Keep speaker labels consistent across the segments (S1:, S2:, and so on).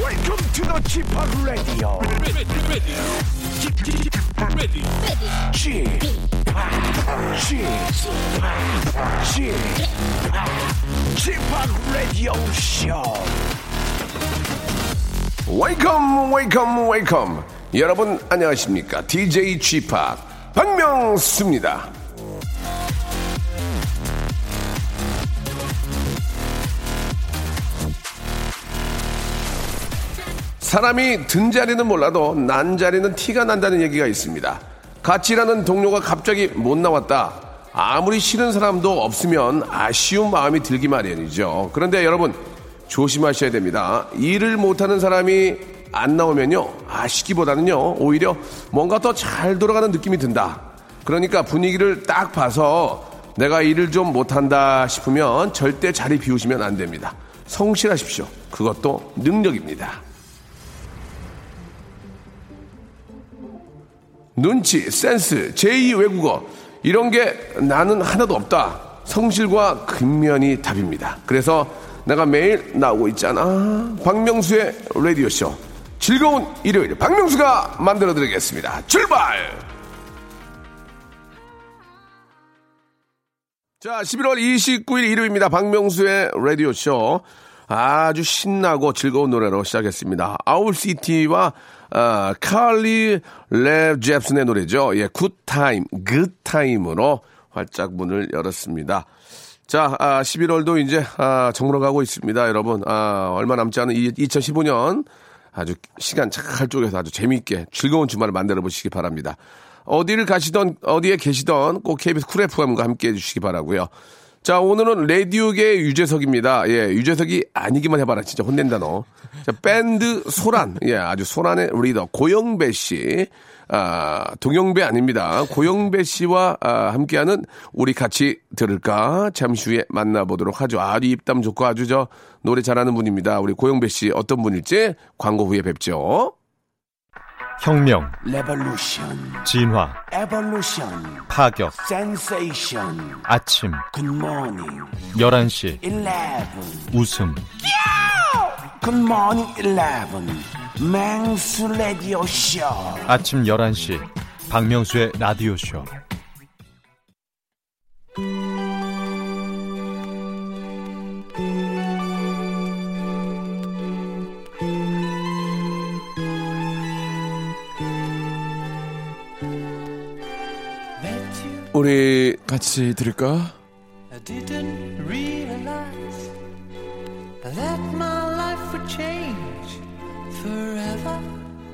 S1: Welcome to the Chip Radio.
S2: ready, ready, ready, ready.
S1: Chip, Chip, Chip, Radio Show.
S3: 웨이컴 웨이컴 웨이컴 여러분 안녕하십니까 DJ g p 박명수입니다 사람이 든 자리는 몰라도 난 자리는 티가 난다는 얘기가 있습니다 같이 일하는 동료가 갑자기 못 나왔다 아무리 싫은 사람도 없으면 아쉬운 마음이 들기 마련이죠 그런데 여러분 조심하셔야 됩니다. 일을 못하는 사람이 안 나오면요. 아쉽기보다는요. 오히려 뭔가 더 잘 돌아가는 느낌이 든다. 그러니까 분위기를 딱 봐서 내가 일을 좀 못한다 싶으면 절대 자리 비우시면 안 됩니다. 성실하십시오. 그것도 능력입니다. 눈치, 센스, 제2 외국어 이런 게 나는 하나도 없다. 성실과 근면이 답입니다. 그래서 내가 매일 나오고 있잖아. 박명수의 라디오 쇼. 즐거운 일요일 박명수가 만들어 드리겠습니다. 출발! 자, 11월 29일 일요일입니다. 박명수의 라디오쇼. 아주 신나고 즐거운 노래로 시작했습니다. 아울시티와 아, 칼리 랩 잽슨의 노래죠. 예, 굿타임, 그 굿타임으로 활짝 문을 열었습니다. 자, 아, 11월도 이제 아, 정물어가고 있습니다, 여러분. 아, 얼마 남지 않은 2015년 아주 시간 착할 쪽에서 아주 재미있게 즐거운 주말을 만들어 보시기 바랍니다. 어디를 가시던 어디에 계시던 꼭 KBS 쿨 FM과 함께 해주시기 바라고요. 자 오늘은 레디오계의 유재석입니다. 예, 유재석이 아니기만 해봐라 진짜 혼낸다 너. 자, 밴드 소란, 예, 아주 소란의 리더 고영배 씨, 아 동영배 아닙니다. 고영배 씨와 아, 함께하는 우리 같이 들을까 잠시 후에 만나보도록 하죠. 아주 입담 좋고 아주 저 노래 잘하는 분입니다. 우리 고영배 씨 어떤 분일지 광고 후에 뵙죠.
S4: 혁명,
S1: Revolution,
S4: 진화,
S1: evolution,
S4: 파격,
S1: sensation.
S4: 아침,
S1: Good morning,
S4: 11시,
S1: eleven.
S4: 웃음,
S1: Good morning, eleven. 맹수 라디오 쇼.
S4: 아침 11시, 박명수의 라디오쇼.
S3: 우리 같이 들을까?
S5: I didn't realize that my life would change forever.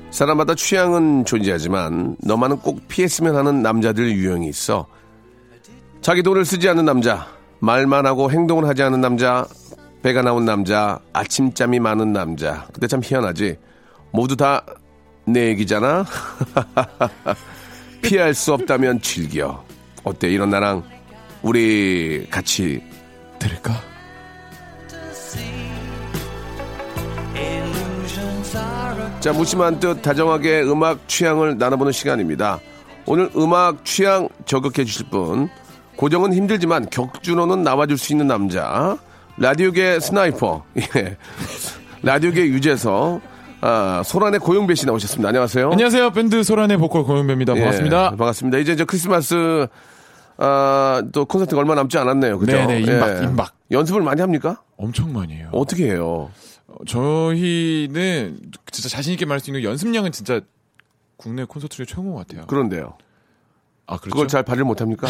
S3: 사람마다 취향은 존재하지만 너만은 꼭 피했으면 하는 남자들 유형이 있어. 자기 돈을 쓰지 않는 남자, 말만 하고 행동을 하지 않는 남자, 배가 나온 남자, 아침잠이 많은 남자. 근데 참 희한하지. 모두 다 내 얘기잖아. 피할 수 없다면 즐겨. 어때 이런 나랑 우리 같이 들을까?
S5: Illusions are a
S3: 자, 무심한 듯 다정하게 음악 취향을 나눠보는 시간입니다. 오늘 음악 취향 저격해 주실 분, 고정은 힘들지만 격주로는 나와줄 수 있는 남자, 라디오계 스나이퍼, 예. 라디오계 유재석, 아, 소란의 고용배 씨 나오셨습니다. 안녕하세요.
S6: 안녕하세요. 밴드 소란의 보컬 고영배입니다. 반갑습니다.
S3: 예, 반갑습니다. 이제 저 크리스마스, 아, 또 콘서트가 얼마 남지 않았네요. 그죠? 예.
S6: 네네, 임박, 임박.
S3: 연습을 많이 합니까?
S6: 엄청 많이 해요.
S3: 어떻게 해요?
S6: 어, 저희는 진짜 자신 있게 말할 수 있는 건 연습량은 진짜 국내 콘서트 중에 최고인 것 같아요.
S3: 그런데요.
S6: 아, 그렇죠?
S3: 그걸 잘 발휘를 못 합니까?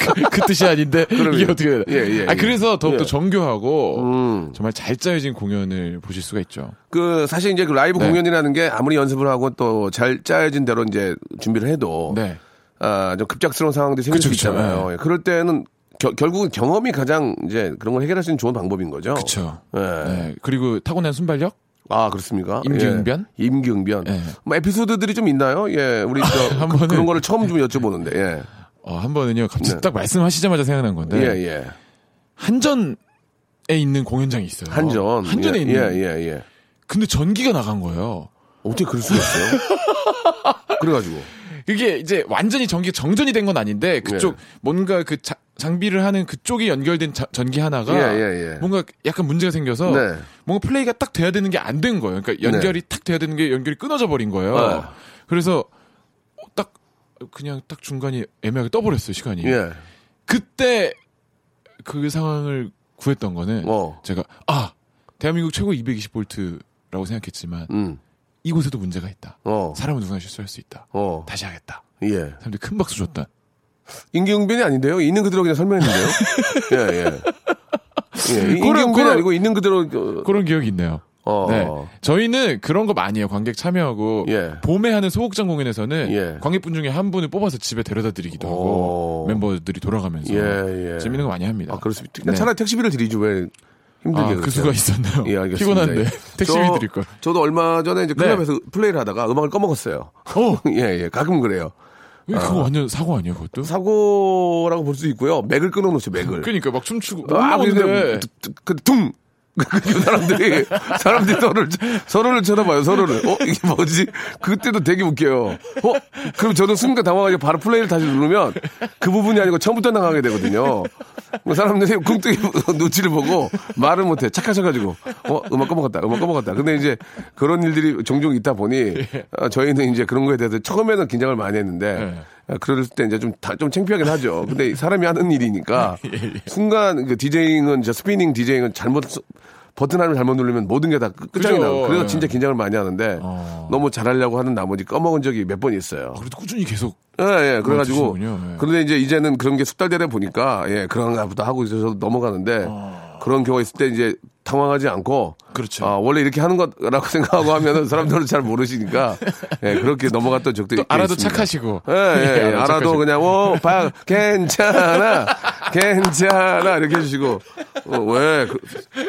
S6: 그, 그 뜻이 아닌데
S3: 그럼요.
S6: 이게 어떻게 해야 돼?
S3: 예, 예,
S6: 아,
S3: 예.
S6: 그래서 더욱더
S3: 예.
S6: 정교하고
S3: 음.
S6: 정말 잘 짜여진 공연을 보실 수가 있죠.
S3: 그 사실 이제 그 라이브
S6: 네.
S3: 공연이라는 게 아무리 연습을 하고 또 잘 짜여진 대로 이제 준비를 해도
S6: 네.
S3: 아좀 급작스러운 상황들이 생길
S6: 그쵸, 네.
S3: 수
S6: 그쵸.
S3: 있잖아요. 예, 그럴 때는 겨- 결국은 경험이 가장 이제 그런 걸 해결할 수 있는 좋은 방법인 거죠.
S6: 그렇죠.
S3: 예.
S6: 네. 그리고 타고난 순발력?
S3: 아 그렇습니까?
S6: 임기응변?
S3: 예. 임기응변.
S6: 예.
S3: 뭐 에피소드들이 좀 있나요? 예, 우리 저
S6: 한 번은-
S3: 그런 거를 처음 좀 여쭤보는데. 예,
S6: 어, 한 번은요. 갑자기
S3: 네.
S6: 딱 말씀하시자마자 생각난 건데
S3: 예, 예.
S6: 한전에 있는 공연장이 있어요.
S3: 한전.
S6: 한전에
S3: 예,
S6: 있는.
S3: 예, 예, 예.
S6: 근데 전기가 나간 거예요.
S3: 어떻게 그럴 수가 있어요? 그래가지고
S6: 그게 이제 완전히 전기 정전이 된 건 아닌데 그쪽
S3: 예.
S6: 뭔가 그 자- 장비를 하는 그쪽이 연결된 자- 전기 하나가
S3: 예, 예, 예.
S6: 뭔가 약간 문제가 생겨서
S3: 네.
S6: 뭔가 플레이가 딱 돼야 되는 게 안 된 거예요. 그러니까 연결이 탁 돼야 되는 게 연결이 끊어져 버린 거예요.
S3: 아.
S6: 그래서 어, 딱 그냥 딱 중간이 애매하게 떠버렸어요 시간이.
S3: 예.
S6: 그때 그 상황을 구했던 거는
S3: 어.
S6: 제가 아 대한민국 최고 220볼트라고 생각했지만
S3: 음.
S6: 이곳에도 문제가 있다.
S3: 어.
S6: 사람은 누구나 실수할 수 있다.
S3: 어.
S6: 다시 하겠다.
S3: 예.
S6: 사람들이 큰 박수 줬다.
S3: 어. 인기응변이 아닌데요. 있는 그대로 그냥 설명했는데요. 예, 예. 예, 이-
S6: 그런-
S3: 인기응변이
S6: 그런-
S3: 아니고 있는 그대로 그-
S6: 그런 기억이 있네요.
S3: 어.
S6: 네. 저희는 그런 거 많이 해요. 관객 참여하고
S3: 예.
S6: 봄에 하는 소극장 공연에서는
S3: 예.
S6: 관객분 중에 한 분을 뽑아서 집에 데려다 드리기도 하고
S3: 오.
S6: 멤버들이 돌아가면서
S3: 어. 예, 예.
S6: 재밌는 거 많이 합니다.
S3: 아, 그렇습니다. 그냥
S6: 네.
S3: 차라리 택시비를 드리지 왜 힘들게
S6: 아,
S3: 그러세요?
S6: 그 수가 있었나요?
S3: 예, 알겠습니다.
S6: 피곤한데
S3: 예.
S6: 택시비
S3: 저-
S6: 드릴 걸.
S3: 저도 얼마 전에 이제
S6: 네.
S3: 클럽에서 플레이를 하다가 음악을 꺼먹었어요. 예, 예. 가끔 그래요.
S6: 그거 완전 사고 아니에요, 그것도?
S3: 사고라고 볼 수 있고요. 맥을 끊어놓죠, 맥을.
S6: 그러니까 막 춤추고 못
S3: 아, 근데
S6: 나오는데
S3: 그퉁 그 사람들이 사람들이 서로를 서로를 쳐다봐요 서로를 어 이게 뭐지 그때도 되게 웃겨요 어 그럼 저는 순간 당황하고 바로 플레이를 다시 누르면 그 부분이 아니고 처음부터 나가게 되거든요 그 사람들이 쿵뚱이 눈치를 보고 말을 못해 착하셔가지고 어 음악 꺼먹었다 음악 꺼먹었다 근데 이제 그런 일들이 종종 있다 보니 어, 저희는 이제 그런 거에 대해서 처음에는 긴장을 많이 했는데
S6: 예.
S3: 아, 그럴 때 이제 좀, 다, 좀 창피하긴 하죠. 근데 사람이 하는 일이니까
S6: 예,
S3: 순간 그 디제잉은, 저 스피닝 디제잉은 잘못, 서- 버튼 하나를 잘못 누르면 모든 게 다 끝장이
S6: 그죠.
S3: 나고 그래서
S6: 예.
S3: 진짜 긴장을 많이 하는데
S6: 어.
S3: 너무 잘하려고 하는 나머지 꺼먹은 적이 몇 번 있어요.
S6: 아, 그래도 꾸준히 계속
S3: 예, 예. 그래가지고.
S6: 드시는군요. 예.
S3: 그런데 이제 이제는 그런 게 숙달되다 보니까 예, 그런가 보다 하고 있어서 넘어가는데 그런 경우가 있을 때 이제 당황하지 않고
S6: 아. 그렇죠.
S3: 아, 원래 이렇게 하는 거라고 생각하고 하면은 사람들은 잘 모르시니까 예, 그렇게 넘어갔던 적도 있-
S6: 또 알아도
S3: 있습니다.
S6: 착하시고
S3: 예, 예, 예. 알아도
S6: 착하시고.
S3: 그냥, 오, 박, 괜찮아, 괜찮아, 이렇게 해주시고, 어, 왜, 그,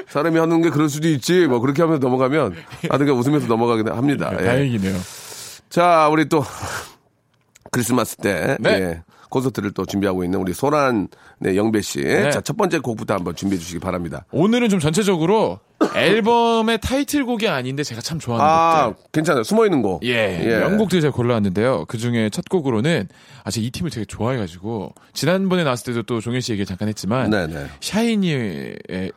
S3: 사람이 하는 게 그럴 수도 있지, 뭐, 그렇게 하면서 넘어가면, 아, 그러니까 웃으면서 넘어가긴 합니다. 예.
S6: 다행이네요.
S3: 자, 우리 또, 크리스마스 때,
S6: 네.
S3: 예, 콘서트를 또 준비하고 있는 우리 소란, 네, 영배 씨.
S6: 네.
S3: 자, 첫 번째 곡부터 한번 준비해 주시기 바랍니다.
S6: 오늘은 좀 전체적으로 앨범의 타이틀곡이 아닌데 제가 참 좋아하는 곡들.
S3: 아, 괜찮아요. 숨어 있는 곡.
S6: 예, 명곡들 제가 골라왔는데요. 그 중에 첫 곡으로는 아 제가 이 팀을 되게 좋아해가지고 지난번에 나왔을 때도 또 종현 씨 얘기를 잠깐 했지만
S3: 네네.
S6: 샤이니의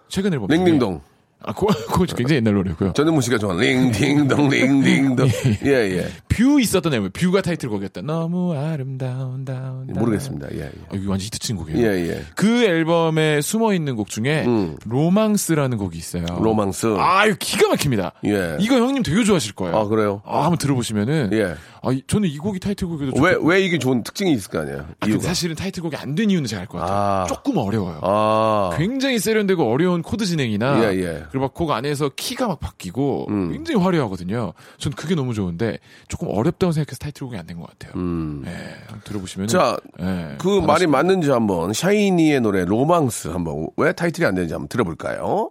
S6: 최근 앨범 중에-
S3: 링딩동.
S6: 아 그거, 그거 굉장히 옛날 노래고요.
S3: 전현무 씨가 좋아하는 링딩동, 링딩동. 예, 예.
S6: 뷰 있었던 앨범 뷰가 타이틀곡이었다. 너무 아름다운 다운. 다운.
S3: 모르겠습니다. 예, 예.
S6: 아, 이거 완전 히트친
S3: 예,
S6: 곡이에요.
S3: 예.
S6: 그 앨범에 숨어 있는 곡 중에
S3: 음.
S6: 로망스라는 곡이 있어요.
S3: 로망스.
S6: 아 이거 기가 막힙니다.
S3: 예.
S6: 이거 형님 되게 좋아하실 거예요.
S3: 아, 그래요?
S6: 아, 한번 들어보시면은
S3: 예.
S6: 아, 이- 저는 이 곡이 타이틀곡에도
S3: 왜, 왜 이게 좋은 특징이 있을 거 아니에요?
S6: 아, 근데
S3: 이유가.
S6: 사실은 타이틀곡이 안 된 이유는 제가 알 것 같아요.
S3: 아.
S6: 조금 어려워요.
S3: 아.
S6: 굉장히 세련되고 어려운 코드 진행이나
S3: 예, 예.
S6: 그리고 막 곡 안에서 키가 막 바뀌고
S3: 음.
S6: 굉장히 화려하거든요. 전 그게 너무 좋은데 조금 어렵다고 생각해서 타이틀곡이 안 된 것 같아요.
S3: 음.
S6: 예, 한번 예. 들어보시면
S3: 자, 그 말이 맞는지 한번 샤이니의 노래 로망스 한번 왜 타이틀이 안 되는지 한번 들어볼까요?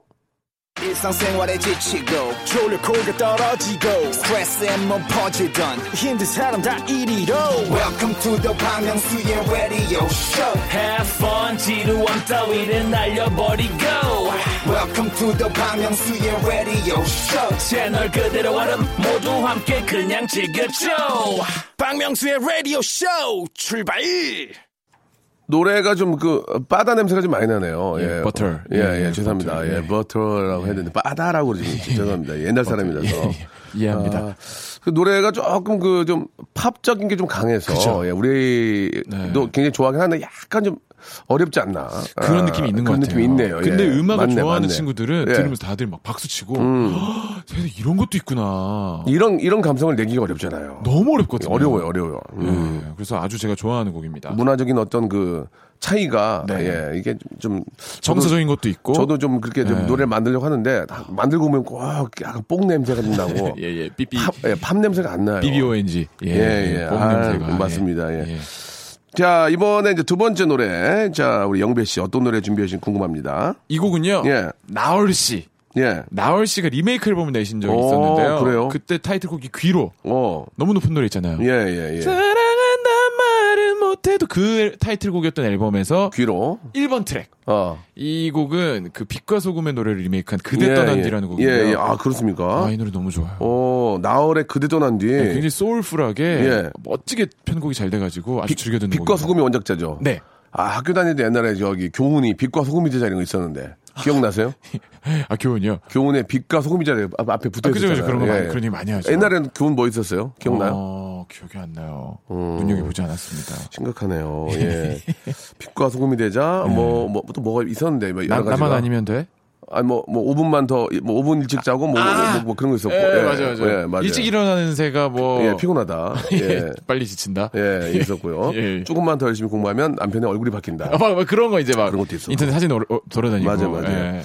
S7: 일상생활에 지치고, 졸려 코가 떨어지고, 스트레스에 몸 퍼지던, 힘든 사람 다 이리로. welcome to the Bang Myung-soo's radio show
S8: Have fun 지루함 따위를 날려버리고
S7: welcome to the Bang Myung-soo's radio show
S8: 채널 그대로 와름 모두 함께 그냥 즐겨줘
S7: 박명수의 radio show 출발
S3: 노래가 좀 그 바다 냄새가 좀 많이 나네요. 예,
S6: 예, 버터.
S3: 예, 예,
S6: 예, 예,
S3: 죄송합니다.
S6: 버터.
S3: 예,
S6: 예.
S3: 버터라고 했는데 바다라고 그러지 죄송합니다. 예, 옛날 사람이라서.
S6: 예, 이해합니다.
S3: 아, 그 노래가 조금 그 좀 팝적인 게 좀 강해서
S6: 그쵸.
S3: 예, 우리도
S6: 네.
S3: 굉장히 좋아하긴 하는데 약간 좀 어렵지 않나 아,
S6: 그런 느낌이 있는 것
S3: 그런
S6: 같아요.
S3: 느낌이 있네요. 예.
S6: 근데 음악을
S3: 맞네,
S6: 좋아하는
S3: 맞네.
S6: 친구들은
S3: 예. 음.
S6: 들으면서 다들 막 박수 치고 "헉, 세상에 이런 것도 있구나.
S3: 이런 이런 감성을 내기가 어렵잖아요.
S6: 너무 어렵거든요.
S3: 어려워요, 어려워요. 음.
S6: 예, 그래서 아주 제가 좋아하는 곡입니다.
S3: 문화적인 어떤 그 차이가
S6: 네.
S3: 예, 이게 좀 저도-
S6: 정서적인 것도 있고
S3: 저도 좀 그렇게 좀
S6: 예.
S3: 노래를 만들려고 하는데 다 만들고 보면 꼭 약간 뽕 냄새가 난다고
S6: 예, 예. 삐삐.
S3: 팝, 예, 팝 냄새가 안 나요.
S6: BBONG. 예,
S3: 예, 예.
S6: 뽕
S3: 아,
S6: 냄새가.
S3: 맞습니다. 예. 자 이번에 이제 두 번째 노래 자 우리 영배 씨 어떤 노래 준비하신 지 궁금합니다.
S6: 이 곡은요.
S3: 예.
S6: 나얼 씨.
S3: 예.
S6: 나얼 씨가 리메이크 앨범을 내신 적이
S3: 오,
S6: 있었는데요.
S3: 그래요?
S6: 때 타이틀곡이 귀로
S3: 어.
S6: 너무 높은 노래 있잖아요.
S3: 예, 예, 예.
S6: 사랑한다 말을 못 못해도 그 타이틀곡이었던 앨범에서
S3: 귀로.
S6: 1번 트랙.
S3: 어.
S6: 이 곡은 그 빛과 소금의 노래를 리메이크한 그대
S3: 예,
S6: 떠난디라는
S3: 예.
S6: 곡인데요.
S3: 예, 예. 아, 그렇습니까?
S6: 아, 이 노래 너무 좋아요.
S3: 어, 나얼의 그대 떠난 뒤.
S6: 네, 굉장히 소울풀하게
S3: 예.
S6: 멋지게 편곡이 잘 돼가지고 아주 즐겨 듣는
S3: 빛과
S6: 곡입니다.
S3: 소금이 원작자죠.
S6: 네.
S3: 아, 학교 다닐 때 옛날에 저기 교훈이 빛과 소금이 제자 이런 거 있었는데. 기억나세요?
S6: 아 교훈이요.
S3: 교훈에 빛과 소금이 제자 앞에 붙어
S6: 아, 그죠,
S3: 있었잖아요.
S6: 그죠. 그런 거 많이- 그런 얘기 많이 하죠.
S3: 예, 옛날에는 교훈 뭐 있었어요? 기억나요? 어.
S6: 어, 기억이 안 나요. 눈여겨 보지 않았습니다.
S3: 심각하네요. 예. 빛과 소금이 되자 뭐 뭐 또 뭐가 있었는데 뭐
S6: 예. 나,
S3: 여러 가지가.
S6: 나만 아니면 돼?
S3: 아니 뭐뭐 5분만 더 뭐 5분 일찍 자고 뭐,
S6: 아!
S3: 뭐, 뭐 그런 거 있었고. 예, 예, 맞아요.
S6: 일찍 일어나는 새가 뭐
S3: 예, 피곤하다. 예.
S6: 빨리 지친다.
S3: 예, 있었고요.
S6: 예.
S3: 조금만 더 열심히 공부하면 남편의 얼굴이 바뀐다.
S6: 아, 막, 막 그런 거 이제 막
S3: 그런 것도 있어.
S6: 인터넷 사진 오르- 어, 돌아다니고
S3: 맞아, 맞아.
S6: 예.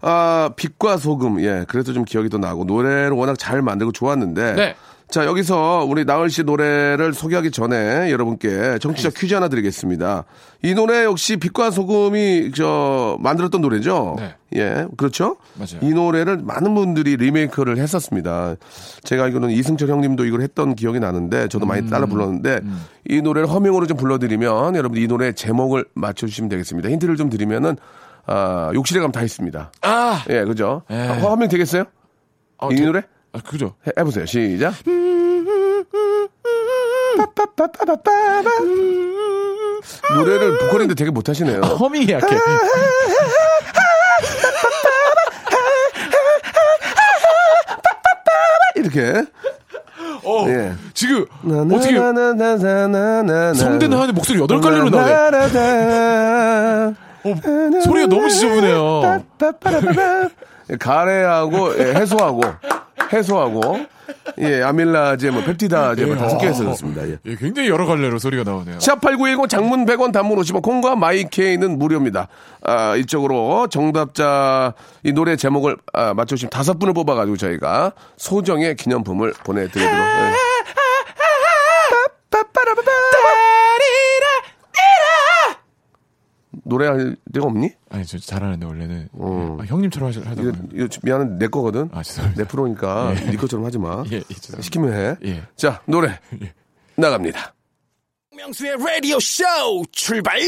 S3: 아, 빛과 소금. 예, 그래서 좀 기억이 또 나고 노래를 워낙 잘 만들고 좋았는데.
S6: 네.
S3: 자, 여기서 우리 나얼 씨 노래를 소개하기 전에 여러분께 정치적
S6: 네.
S3: 퀴즈 하나 드리겠습니다. 이 노래 역시 빛과 소금이 저 만들었던 노래죠?
S6: 네.
S3: 예, 그렇죠?
S6: 맞아요.
S3: 이 노래를 많은 분들이 리메이크를 했었습니다. 제가 이거는 이승철 형님도 이걸 했던 기억이 나는데 저도 많이
S6: 음.
S3: 따라 불렀는데 이 노래를 허밍으로 좀 불러드리면 여러분 이 노래 제목을 맞춰주시면 되겠습니다. 힌트를 좀 드리면은 아, 욕실에 가면 다 있습니다.
S6: 아,
S3: 예, 그죠?
S6: 예.
S3: 아, 허밍 되겠어요?
S6: 어, 음,
S3: 이
S6: 되-
S3: 노래?
S6: 아, 그죠.
S3: 해, 보세요 시작.
S6: 음.
S3: 노래를 보컬인데 되게 못하시네요.
S6: 허밍이 약해.
S3: 아! 이렇게.
S6: 어,
S3: 예.
S6: 지금 어떻게 성대는 하는데 목소리 여덟 갈래로 나와.
S3: 나네.
S6: 어, 소리가 너무 지저분해요.
S3: 예, 가래하고 예, 해소하고 해소하고 예 아밀라제 뭐 펩티다제 뭐
S6: 어,
S3: 다섯 개 있었습니다. 예.
S6: 예, 굉장히 여러 갈래로 소리가 나오네요.
S3: 샵8910 장문 100원 단문 50원 콩과 마이케이는 무료입니다. 아, 이쪽으로 정답자 이 노래 제목을 아, 맞춰주신 다섯 분을 뽑아가지고 저희가 소정의 기념품을 보내드리도록. 예. 노래할 데가 없니?
S6: 아니 저 잘하는데 원래는 아, 형님처럼 하시- 하다가
S3: 어. 이거, 이거 미안한데 내 거거든.
S6: 아, 죄송합니다.
S3: 내 프로니까
S6: 예.
S3: 네 것처럼 하지 마.
S6: 예, 예, 죄송합니다.
S3: 시키면 해.
S6: 예.
S3: 자 노래 나갑니다.
S8: 명수의 라디오 쇼 출발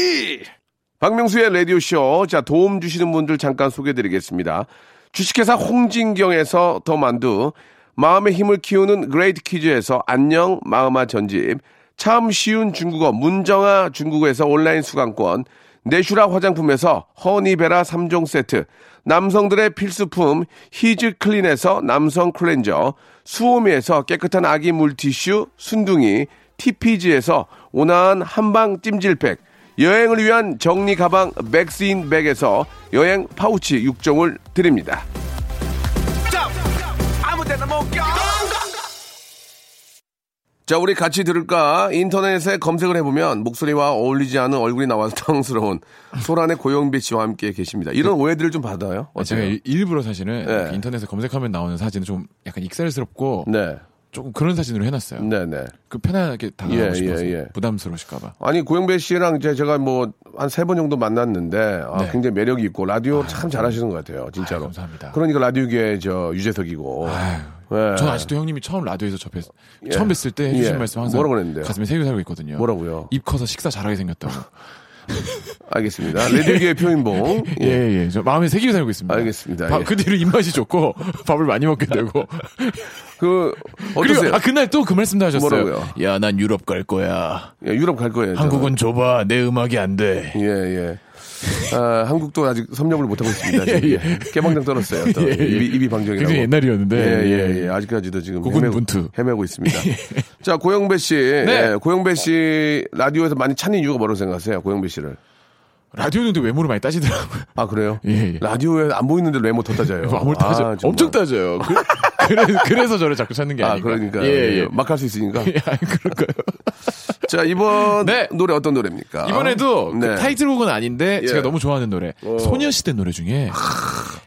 S3: 박명수의 라디오쇼. 자, 도움 주시는 분들 잠깐 소개해 드리겠습니다. 주식회사 홍진경에서 더 만두, 마음의 힘을 키우는 그레이트 퀴즈에서 안녕 마음아 전집, 참 쉬운 중국어 문정아 중국어에서 온라인 수강권, 내슈라 화장품에서 허니베라 3종 세트, 남성들의 필수품 히즈 클린에서 남성 클렌저, 수오미에서 깨끗한 아기 물티슈 순둥이, TPG에서 온화한 한방 찜질팩, 여행을 위한 정리 가방 맥스인 백에서 여행 파우치 6종을 드립니다. 자, 우리 같이 들을까? 인터넷에 검색을 해보면 목소리와 어울리지 않은 얼굴이 나와서 당황스러운 소란의 고영배 씨와 함께 계십니다. 이런 오해들을 좀 받아요?
S6: 아, 네. 제가
S3: 어때요?
S6: 일- 일부러 사실은
S3: 예.
S6: 이렇게 인터넷에 검색하면 나오는 사진은 좀 약간 익살스럽고
S3: 네,
S6: 조금 그런 사진으로 해놨어요.
S3: 네, 네.
S6: 그 편하게 다가가고
S3: 예,
S6: 싶어서
S3: 예, 예.
S6: 부담스러우실까봐.
S3: 아니 고영배 씨랑 이제 제가 뭐 한 세 번 정도 만났는데 아,
S6: 네.
S3: 굉장히 매력이 있고 라디오 참 잘하시는 것 같아요, 진짜로.
S6: 아유, 감사합니다.
S3: 그러니까 라디오계 저 유재석이고.
S6: 아유,
S3: 예.
S6: 전 아직도 형님이 처음 라디오에서 접했, 처음 뵀을 때 해주신
S3: 예.
S6: 말씀 항상
S3: 뭐라고 그랬는데요?
S6: 가슴에 새겨 살고 있거든요.
S3: 뭐라고요?
S6: 입 커서 식사 잘하게 생겼다고.
S3: 알겠습니다. 레디오계의 표인봉.
S6: 예, 예. 저 마음에 새기고 살고 있습니다.
S3: 알겠습니다.
S6: 밥-
S3: 예.
S6: 그 뒤로 입맛이 좋고 밥을 많이 먹게 되고.
S3: 그 어떠세요?
S6: 그리고 아, 그날 또 그 말씀도 하셨어요.
S3: 뭐라고요?
S6: 야, 난 유럽 갈 거야.
S3: 예, 유럽 갈 거예요. 저는.
S6: 한국은 좁아. 내 음악이 안 돼.
S3: 예, 예. 아, 한국도 아직 섭렵을 못하고 있습니다. 지금.
S6: 예, 예.
S3: 깨방정 떨었어요. 또.
S6: 예, 예.
S3: 입이, 입이 방정이라고.
S6: 굉장히 옛날이었는데.
S3: 예, 예,
S6: 예.
S3: 예. 아직까지도 지금 헤매고,
S6: 고군분투. 예.
S3: 헤매고 있습니다. 자, 고영배 씨.
S6: 네.
S3: 예, 고영배 씨 라디오에서 많이 찾는 이유가 뭐라고 생각하세요? 고영배 씨를.
S6: 라디오는 근데 외모를 많이 따지더라고요.
S3: 아, 그래요?
S6: 예, 예.
S3: 라디오에 안 보이는데 외모 더 따져요.
S6: 마음을
S3: 아,
S6: 따져.
S3: 정말.
S6: 엄청 따져요. 그, 그래, 그래서 저를 자꾸 찾는 게
S3: 아,
S6: 아닌가.
S3: 그러니까.
S6: 예, 예.
S3: 막 할 수 있으니까.
S6: 예, 아니, 그럴까요?
S3: 자, 이번
S6: 네.
S3: 노래 어떤 노래입니까?
S6: 이번에도 그
S3: 네.
S6: 타이틀곡은 아닌데
S3: 예. 어. 아.
S6: 제가 너무 좋아하는 노래 소녀시대 노래 중에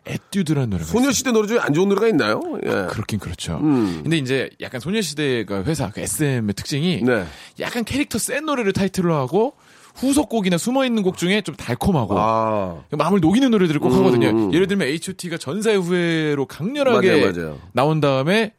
S6: 에뛰드라는 노래가 있어요.
S3: 소녀시대 음. 노래 중에 안 좋은 노래가 있나요? 예.
S6: 그렇긴 그렇죠. 근데 이제 약간 소녀시대가 회사 그 SM의 특징이
S3: 네.
S6: 약간 캐릭터 센 노래를 타이틀로 하고 후속곡이나 숨어 있는 곡 중에 좀 달콤하고
S3: 아.
S6: 마음을 녹이는 노래들을 꼭
S3: 음,
S6: 하거든요.
S3: 음.
S6: 예를 들면 H.O.T.가 전사의 후예로 강렬하게
S3: 맞아요, 맞아요.
S6: 나온 다음에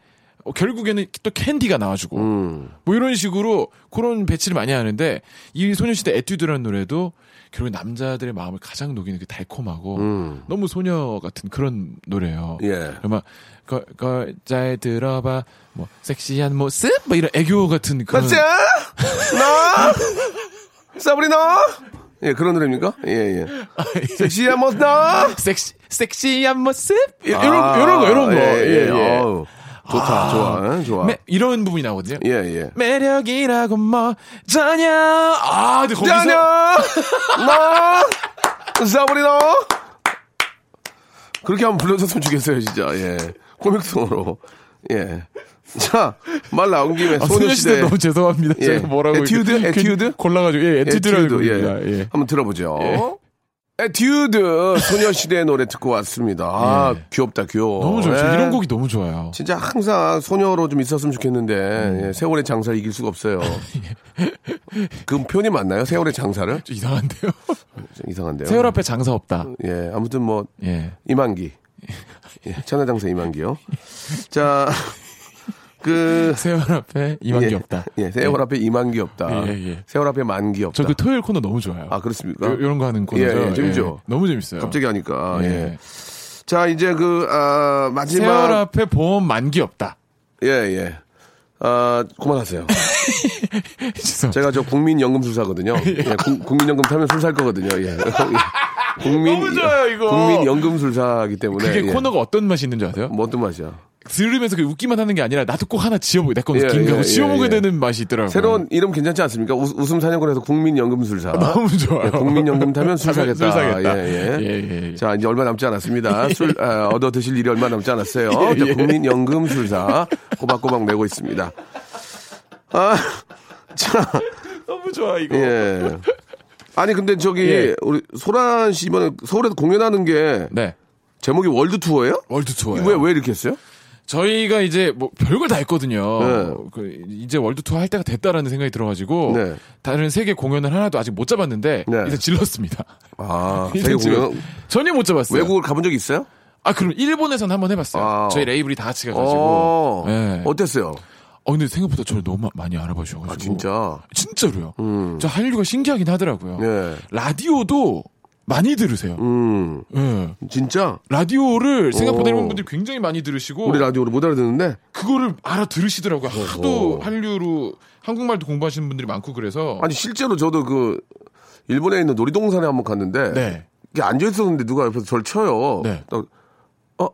S6: 어, 결국에는 또 캔디가 나와주고
S3: 음.
S6: 뭐 이런 식으로 그런 배치를 많이 하는데 이 소녀시대 에뛰드라는 노래도 결국 남자들의 마음을 가장 녹이는 그 달콤하고 너무 소녀 같은 그런 노래예요.
S3: 음. 예.
S6: 아마 걸, 걸, 잘 들어봐 뭐 섹시한 모습 뭐 이런 애교 같은 그런
S3: 맞지? 나? 사브리나? 예, 그런 노래입니까? 예, 예. 섹시한 모습 나?
S6: 섹시 섹시한 모습 이- 이런
S3: 아,
S6: 이런 거 이런 거
S3: 예, 예,
S6: 예, 예.
S3: 어우, 좋다, 좋아, 응, 좋아.
S6: 매- 이런 부분이 나오거든요.
S3: 예, 예.
S6: 매력이라고 뭐 전혀 아 근데 거기서
S3: 짜냐? 나? 사브리나? 그렇게 한번 불러줬으면 좋겠어요, 진짜, 예. 코믹송으로. 예. 자, 말 나온 김에
S6: 아,
S3: 소녀시대.
S6: 소녀시대 너무 죄송합니다.
S3: 예.
S6: 제가 뭐라고
S3: 에튜드?
S6: 이렇게
S3: 에튜드?
S6: 골라가지고 예 에튜드라는
S3: 에튜드,
S6: 겁니다.
S3: 예.
S6: 예.
S3: 한번 들어보죠. 에튜드 소녀시대 노래 듣고 왔습니다. 아, 귀엽다, 귀여워.
S6: 예. 너무 좋아요. 저
S3: 예.
S6: 이런 곡이 너무 좋아요.
S3: 진짜 항상 소녀로 좀 있었으면 좋겠는데
S6: 음.
S3: 예, 세월의 장사 이길 수가 없어요.
S6: 예.
S3: 그 표현이 맞나요? 세월의 장사를
S6: 좀 이상한데요.
S3: 좀 이상한데요.
S6: 세월 앞에 장사 없다.
S3: 예 아무튼 뭐
S6: 예.
S3: 이만기 예, 천하 장사 이만기요. 자그
S6: 세월 앞에 이만기 없다.
S3: 예, 세월 앞에 이만기 없다.
S6: 예, 예.
S3: 세월 앞에 만기 없다.
S6: 저 그 토요일 코너 너무 좋아요.
S3: 아 그렇습니까?
S6: 요, 런거 하는 코너.
S3: 예, 예, 재밌죠?
S6: 너무 재밌어요.
S3: 갑자기 하니까 예.
S6: 예.
S3: 자 이제 그 아, 마지막
S6: 세월 앞에 보험 만기 없다.
S3: 예 예. 아 그만하세요.
S6: 죄송합니다.
S3: 제가 저 국민연금술사거든요. 예, 국- 국민연금 타면 술 살 거거든요. 예. 국민,
S6: 너무 좋아요, 이거.
S3: 국민연금술사기 때문에.
S6: 그게
S3: 예.
S6: 코너가 어떤 맛이 있는 줄 아세요?
S3: 뭐 어떤 맛이야?
S6: 들으면서 그 웃기만 하는 게 아니라 나도 꼭 하나 지어보고 내건
S3: 예,
S6: 웃긴가
S3: 예,
S6: 하고
S3: 예,
S6: 지어보게
S3: 예.
S6: 되는 맛이 있더라고요.
S3: 새로운 이름 괜찮지 않습니까? 우, 웃음 사냥꾼에서 국민연금술사.
S6: 너무 좋아요.
S3: 예, 국민연금 타면 술 사겠다.
S6: 술 사겠다.
S3: 예, 예.
S6: 예, 예, 예.
S3: 자, 이제 얼마 남지 않았습니다. 술, 아, 얻어 드실 일이 얼마 남지 않았어요.
S6: 예,
S3: 자, 국민연금술사. 꼬박꼬박 내고 있습니다. 아, 자.
S6: 너무 좋아 이거.
S3: 예. 아니 근데 저기
S6: 예.
S3: 우리 소란 씨 이번에 서울에서 공연하는 게
S6: 네.
S3: 제목이 월드 투어예요?
S6: 월드 투어요.
S3: 왜 왜 이렇게 했어요?
S6: 저희가 이제 뭐 별걸 다 했거든요.
S3: 네.
S6: 그 이제 월드 투어 할 때가 됐다라는 생각이 들어가지고
S3: 네.
S6: 다른 세계 공연을 하나도 아직 못 잡았는데
S3: 네.
S6: 일단 질렀습니다.
S3: 아,
S6: 일단
S3: 세계
S6: 질렀-
S3: 공연
S6: 전혀 못 잡았어요.
S3: 외국을 가본 적 있어요?
S6: 아 그럼 일본에선 한번 해봤어요.
S3: 아.
S6: 저희 레이블이 다 같이
S3: 어.
S6: 가가지고. 예.
S3: 어땠어요?
S6: 어 근데 생각보다 저를 너무 마- 많이 알아봐 주셔가지고.
S3: 아, 진짜. 음.
S6: 진짜로요. 저 한류가 신기하긴 하더라고요.
S3: 예.
S6: 라디오도 많이 들으세요.
S3: 음.
S6: 예.
S3: 진짜
S6: 라디오를 생각보다
S3: 오.
S6: 일본 분들이 굉장히 많이 들으시고
S3: 우리 라디오를 못 알아듣는데
S6: 그거를 알아 들으시더라고요. 하도
S3: 어허.
S6: 한류로 한국말도 공부하시는 분들이 많고 그래서
S3: 아니 실제로 저도 그 일본에 있는 놀이동산에 한번 갔는데
S6: 네.
S3: 이게 앉아 있었는데 누가 옆에서 저를 쳐요.
S6: 네.
S3: 어, 어,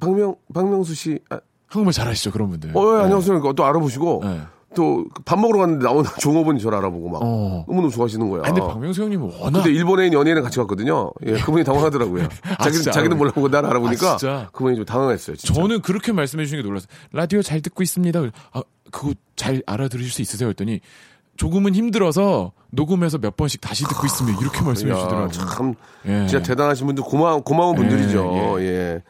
S3: 박명 박명수 씨, 아,
S6: 한국말 잘하시죠 그런 분들.
S3: 어, 예, 안녕하세요. 그러니까 또 알아보시고
S6: 네.
S3: 또 밥 먹으러 갔는데 나오는 종업원이 저를 알아보고 막
S6: 어.
S3: 너무너무 좋아하시는 거야.
S6: 아, 근데 박명수 형님은 워낙
S3: 근데 일본인 연예인을 같이 갔거든요. 예, 그분이 당황하더라고요.
S6: 아,
S3: 자기는,
S6: 진짜?
S3: 자기는 몰라보고 날 알아보니까
S6: 아, 진짜?
S3: 그분이 좀 당황했어요. 진짜.
S6: 저는 그렇게 말씀해 주신 게 놀랐어요. 라디오 잘 듣고 있습니다. 아, 그거 잘 알아들으실 수 있으세요? 했더니 조금은 힘들어서 녹음해서 몇 번씩 다시 듣고 있습니다. 이렇게 말씀해
S3: 아, 야,
S6: 주시더라고요.
S3: 참
S6: 예.
S3: 진짜 대단하신 분들 고마 고마운 분들이죠.
S6: 예,
S3: 예.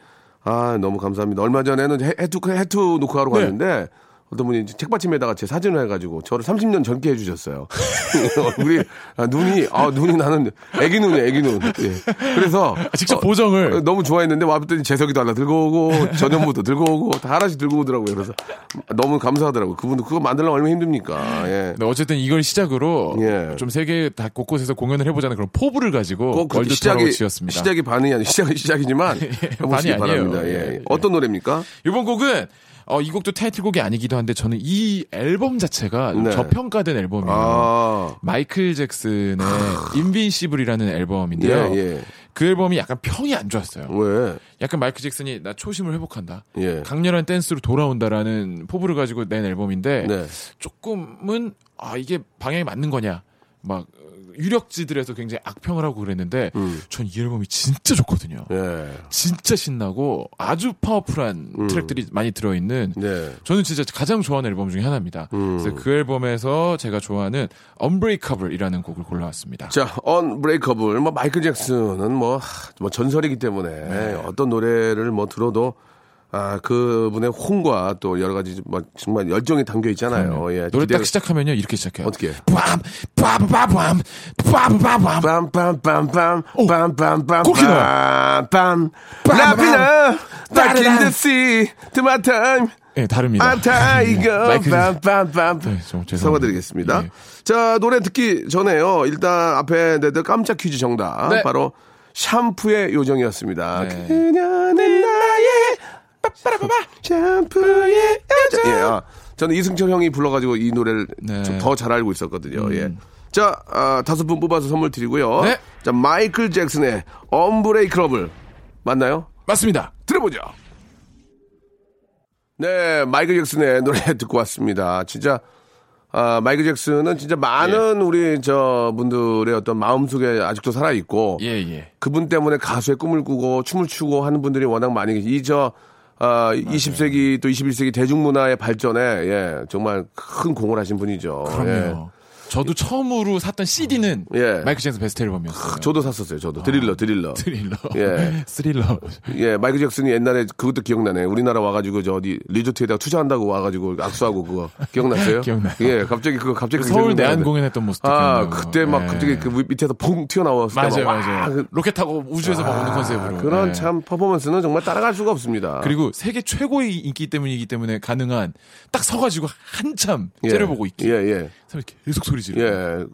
S3: 아 너무 감사합니다. 얼마 전에는 해- 해투 해투 녹화하러
S6: 네.
S3: 갔는데 어떤 분이 이제 책받침에다가 제 사진을 해가지고 저를 30년 젊게 해주셨어요. 얼굴이 아, 눈이 아 눈이 나는 애기 눈이에요, 애기 눈. 예. 그래서
S6: 아, 직접 보정을.
S3: 어, 너무 좋아했는데 와봤더니 재석이도 하나 들고 오고 전현무도 들고 오고 다 하나씩 들고 오더라고요. 그래서 너무 감사하더라고요. 그분도 그거 만들려면 얼마나 힘듭니까? 예.
S6: 근데 네, 어쨌든 이걸 시작으로
S3: 예.
S6: 좀 세계 다 곳곳에서 공연을 해보자는 그런 포부를 가지고
S3: 꼭 그렇게
S6: 월드 투어로 지었습니다. 예,
S3: 시작이 반응이 아니 시작이 시작이지만 해보시기
S6: 반이 아니에요.
S3: 바랍니다. 예,
S6: 예,
S3: 예.
S6: 예.
S3: 어떤 노래입니까?
S6: 이번 곡은 어, 이 곡도 타이틀곡이 아니기도 한데 저는 이 앨범 자체가 좀
S3: 네.
S6: 저평가된 앨범이에요.
S3: 아,
S6: 마이클 잭슨의 인빈시블이라는 앨범인데요.
S3: 예, 예.
S6: 그 앨범이 약간 평이 안 좋았어요.
S3: 왜?
S6: 약간 마이클 잭슨이 나 초심을 회복한다.
S3: 예.
S6: 강렬한 댄스로 돌아온다라는 포부를 가지고 낸 앨범인데
S3: 네.
S6: 조금은 아 이게 방향이 맞는 거냐 막 유력지들에서 굉장히 악평을 하고 그랬는데
S3: 음.
S6: 전 이 앨범이 진짜 좋거든요.
S3: 예.
S6: 진짜 신나고 아주 파워풀한 트랙들이 많이 들어있는
S3: 음. 네.
S6: 저는 진짜 가장 좋아하는 앨범 중에 하나입니다.
S3: 음.
S6: 그래서 그 앨범에서 제가 좋아하는 Unbreakable이라는 곡을 골라왔습니다.
S3: 자, 언브레이커블. 뭐 마이클 잭슨은 뭐, 하, 뭐 전설이기 때문에
S6: 네.
S3: 어떤 노래를 뭐 들어도 아, 그분의 혼과 또 여러 가지 뭐 정말 열정이 담겨 있잖아요. 예.
S6: 네. 노래
S3: 기대가-
S6: 딱 시작하면요 이렇게 시작해요.
S3: 어떻게 해요?
S6: 빰, 빠바바밤, 빠바바밤.
S3: 빰빰빰빰
S6: 오.
S3: 빰빰빰
S6: 곡이
S3: 빰빰
S6: 빰.
S3: 라피나
S6: 따라란.
S3: 바킨 듯이 드마 아, 타임
S6: 예, 다릅니다. 네. 음,
S3: I'm tiger.
S6: 마이클 잭슨.
S3: 빰빰빰.
S6: 네, 좀 죄송합니다.
S3: 사과드리겠습니다.
S6: 예.
S3: 자, 노래 듣기 전에요. 일단 앞에 내던 깜짝 퀴즈 정답.
S6: 네.
S3: 바로 샴푸의 요정이었습니다.
S6: 네.
S3: 그녀는 나의 빠빠라빠빠 샴푸의 요정. 예, 아, 저는 이승철 형이 불러가지고 이 노래를
S6: 네. 음.
S3: 좀 더 잘 알고 있었거든요. 예. 자, 아, 다섯 분 뽑아서 선물 드리고요.
S6: 네.
S3: 자, 마이클 잭슨의 언브레이크러블. 맞나요?
S6: 맞습니다.
S3: 들어보죠. 네, 마이클 잭슨의 노래 듣고 왔습니다. 진짜 아, 마이클 잭슨은 진짜 많은 우리 저 분들의 어떤 마음속에 아직도 살아 있고
S6: 예, 예.
S3: 그분 때문에 가수의 꿈을 꾸고 춤을 추고 하는 분들이 워낙 많이 이저 아, 20세기 또 21세기 대중문화의 발전에 예, 정말 큰 공헌 하신 분이죠.
S6: 그럼요. 저도 처음으로 샀던 CD는
S3: 예.
S6: 마이클 잭슨 베스트 앨범이었어요.
S3: 예. 저도 샀었어요. 저도 드릴러 드릴러.
S6: 스릴러.
S3: 예.
S6: 스릴러.
S3: 예, 마이클 잭슨이 옛날에 그것도 기억나네. 우리나라 와가지고 저 어디 리조트에다가 투자한다고 와가지고 악수하고 그거 기억나세요?
S6: 기억나요.
S3: 예, 갑자기 그거 갑자기
S6: 서울
S3: 기억나는데.
S6: 내한 공연했던 모습도
S3: 아,
S6: 기억나요.
S3: 그때 막
S6: 예.
S3: 갑자기 그 위- 밑에서 퐁 튀어나왔을
S6: 맞아요,
S3: 때. 막 와,
S6: 맞아요.
S3: 그-
S6: 로켓 타고 우주에서 막 오는 컨셉으로.
S3: 아, 그런
S6: 예.
S3: 참 퍼포먼스는 정말 따라갈 수가 없습니다.
S6: 그리고 세계 최고의 인기 때문이기 때문에 가능한 딱 서가지고 한참
S3: 예.
S6: 째려보고 있기.
S3: 예, 예,
S6: 사람이 계속 소리 지르고.
S3: 예.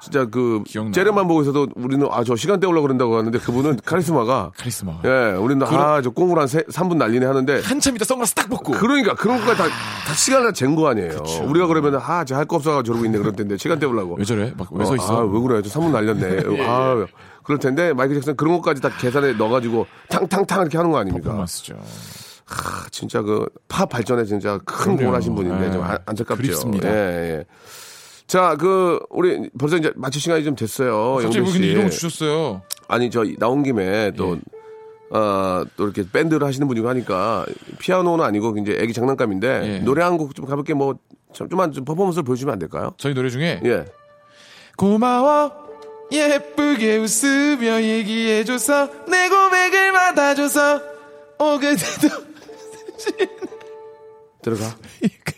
S3: 진짜 그
S6: 기억나요.
S3: 째려만 보고 있어도 우리는 아 저 시간 때우려고 그런다고 하는데 그분은 카리스마가
S6: 카리스마.
S3: 예, 우리는 아 저 꽁으로 한 3분 날리네 하는데
S6: 한참 있다 선글라스 딱 벗고.
S3: 그러니까 그런 것까지 다, 다 시간을 잰 거 아니에요. 우리가 그러면 아, 쟤 할 거 없어가지고 저러고 있네 그럴 텐데 시간 때우려고.
S6: 왜 저래? 막 왜
S3: 어,
S6: 서 있어? 예.
S3: 아, 왜 그래? 저 3분 날렸네. 아, 그럴 텐데 마이클 잭슨 그런 것까지 다 계산에 넣어가지고 탕탕탕 이렇게 하는 거 아닙니까?
S6: 맞죠.
S3: 아, 진짜 그 팝 발전에 진짜 큰
S6: 그럼요.
S3: 공헌하신 분인데
S6: 예.
S3: 좀 안- 안타깝죠.
S6: 그립습니다.
S3: 예, 예. 자, 그 우리 벌써 이제 마칠 시간이 좀 됐어요.
S6: 아, 갑자기
S3: 영빈
S6: 왜 근데
S3: 씨.
S6: 이런 거 주셨어요?
S3: 아니 저 나온 김에
S6: 예.
S3: 또 어, 또 이렇게 밴드를 하시는 분이고 하니까 피아노는 아니고 이제 애기 장난감인데
S6: 예.
S3: 노래 한 곡 좀 가볍게 뭐 좀, 좀만 좀 퍼포먼스를 보여주면 안 될까요?
S6: 저희 노래 중에
S3: 예.
S6: 고마워 예쁘게 웃으며 얘기해줘서 내 고백을 받아줘서 오그대도
S3: 들어가.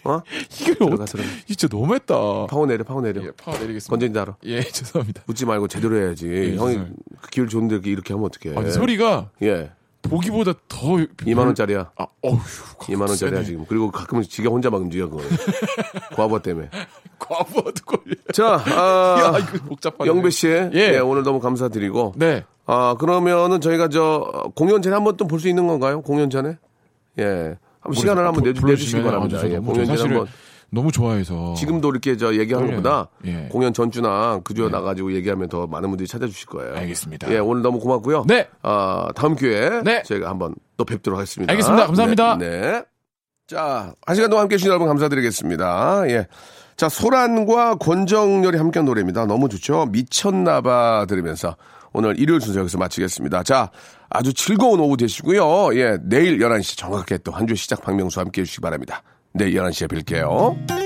S3: 어?
S6: 이게
S3: 들어가,
S6: 어떡-
S3: 들어가.
S6: 진짜 너무했다.
S3: 파워 내려, 파워 내려.
S6: 예, 파워 내리겠습니다.
S3: 건전지 알아.
S6: 예 죄송합니다.
S3: 웃지 말고 제대로 해야지. 형이
S6: 예, 죄송해요.
S3: 그 기울 좋은데 이렇게- 이렇게 하면 어떡해.
S6: 아, 근데 소리가
S3: 예.
S6: 보기보다 더
S3: 2만원짜리야.
S6: 아 어휴 아,
S3: 2만원짜리야, 지금. 그리고 가끔은 지가 혼자 막 움직여, 그거. 과부하 때문에.
S6: 과부하도 걸려.
S3: 자, 아,
S6: 야 이거 복잡하네.
S3: 영배 씨. 예.
S6: 예.
S3: 오늘 너무 감사드리고.
S6: 네.
S3: 아, 그러면은 저희가 저 어, 공연 전에 한번 또 볼 수 있는 건가요? 공연 전에? 예. 한번 시간을 한번 내주, 내주시기 바랍니다. 예, 공연 전에
S6: 사실
S3: 한번.
S6: 너무 좋아해서
S3: 지금도 이렇게 저 얘기하는
S6: 떨려요.
S3: 것보다
S6: 예.
S3: 공연 전주나 그주에 나가지고 얘기하면 더 많은 분들이 찾아주실 거예요.
S6: 알겠습니다.
S3: 예, 오늘 너무 고맙고요.
S6: 네.
S3: 아, 다음 기회에
S6: 네.
S3: 저희가 한번 또 뵙도록 하겠습니다.
S6: 알겠습니다. 감사합니다.
S3: 네. 네. 자, 한 시간 동안 함께 해주신 여러분 감사드리겠습니다. 예. 자, 소란과 권정열이 함께한 노래입니다. 너무 좋죠? 미쳤나봐 들으면서 오늘 일요일 순서 여기서 마치겠습니다. 자, 아주 즐거운 오후 되시고요. 예, 내일 11시 정확하게 또 한 주 시작 박명수 함께 해주시기 바랍니다. 내일 11시에 뵐게요.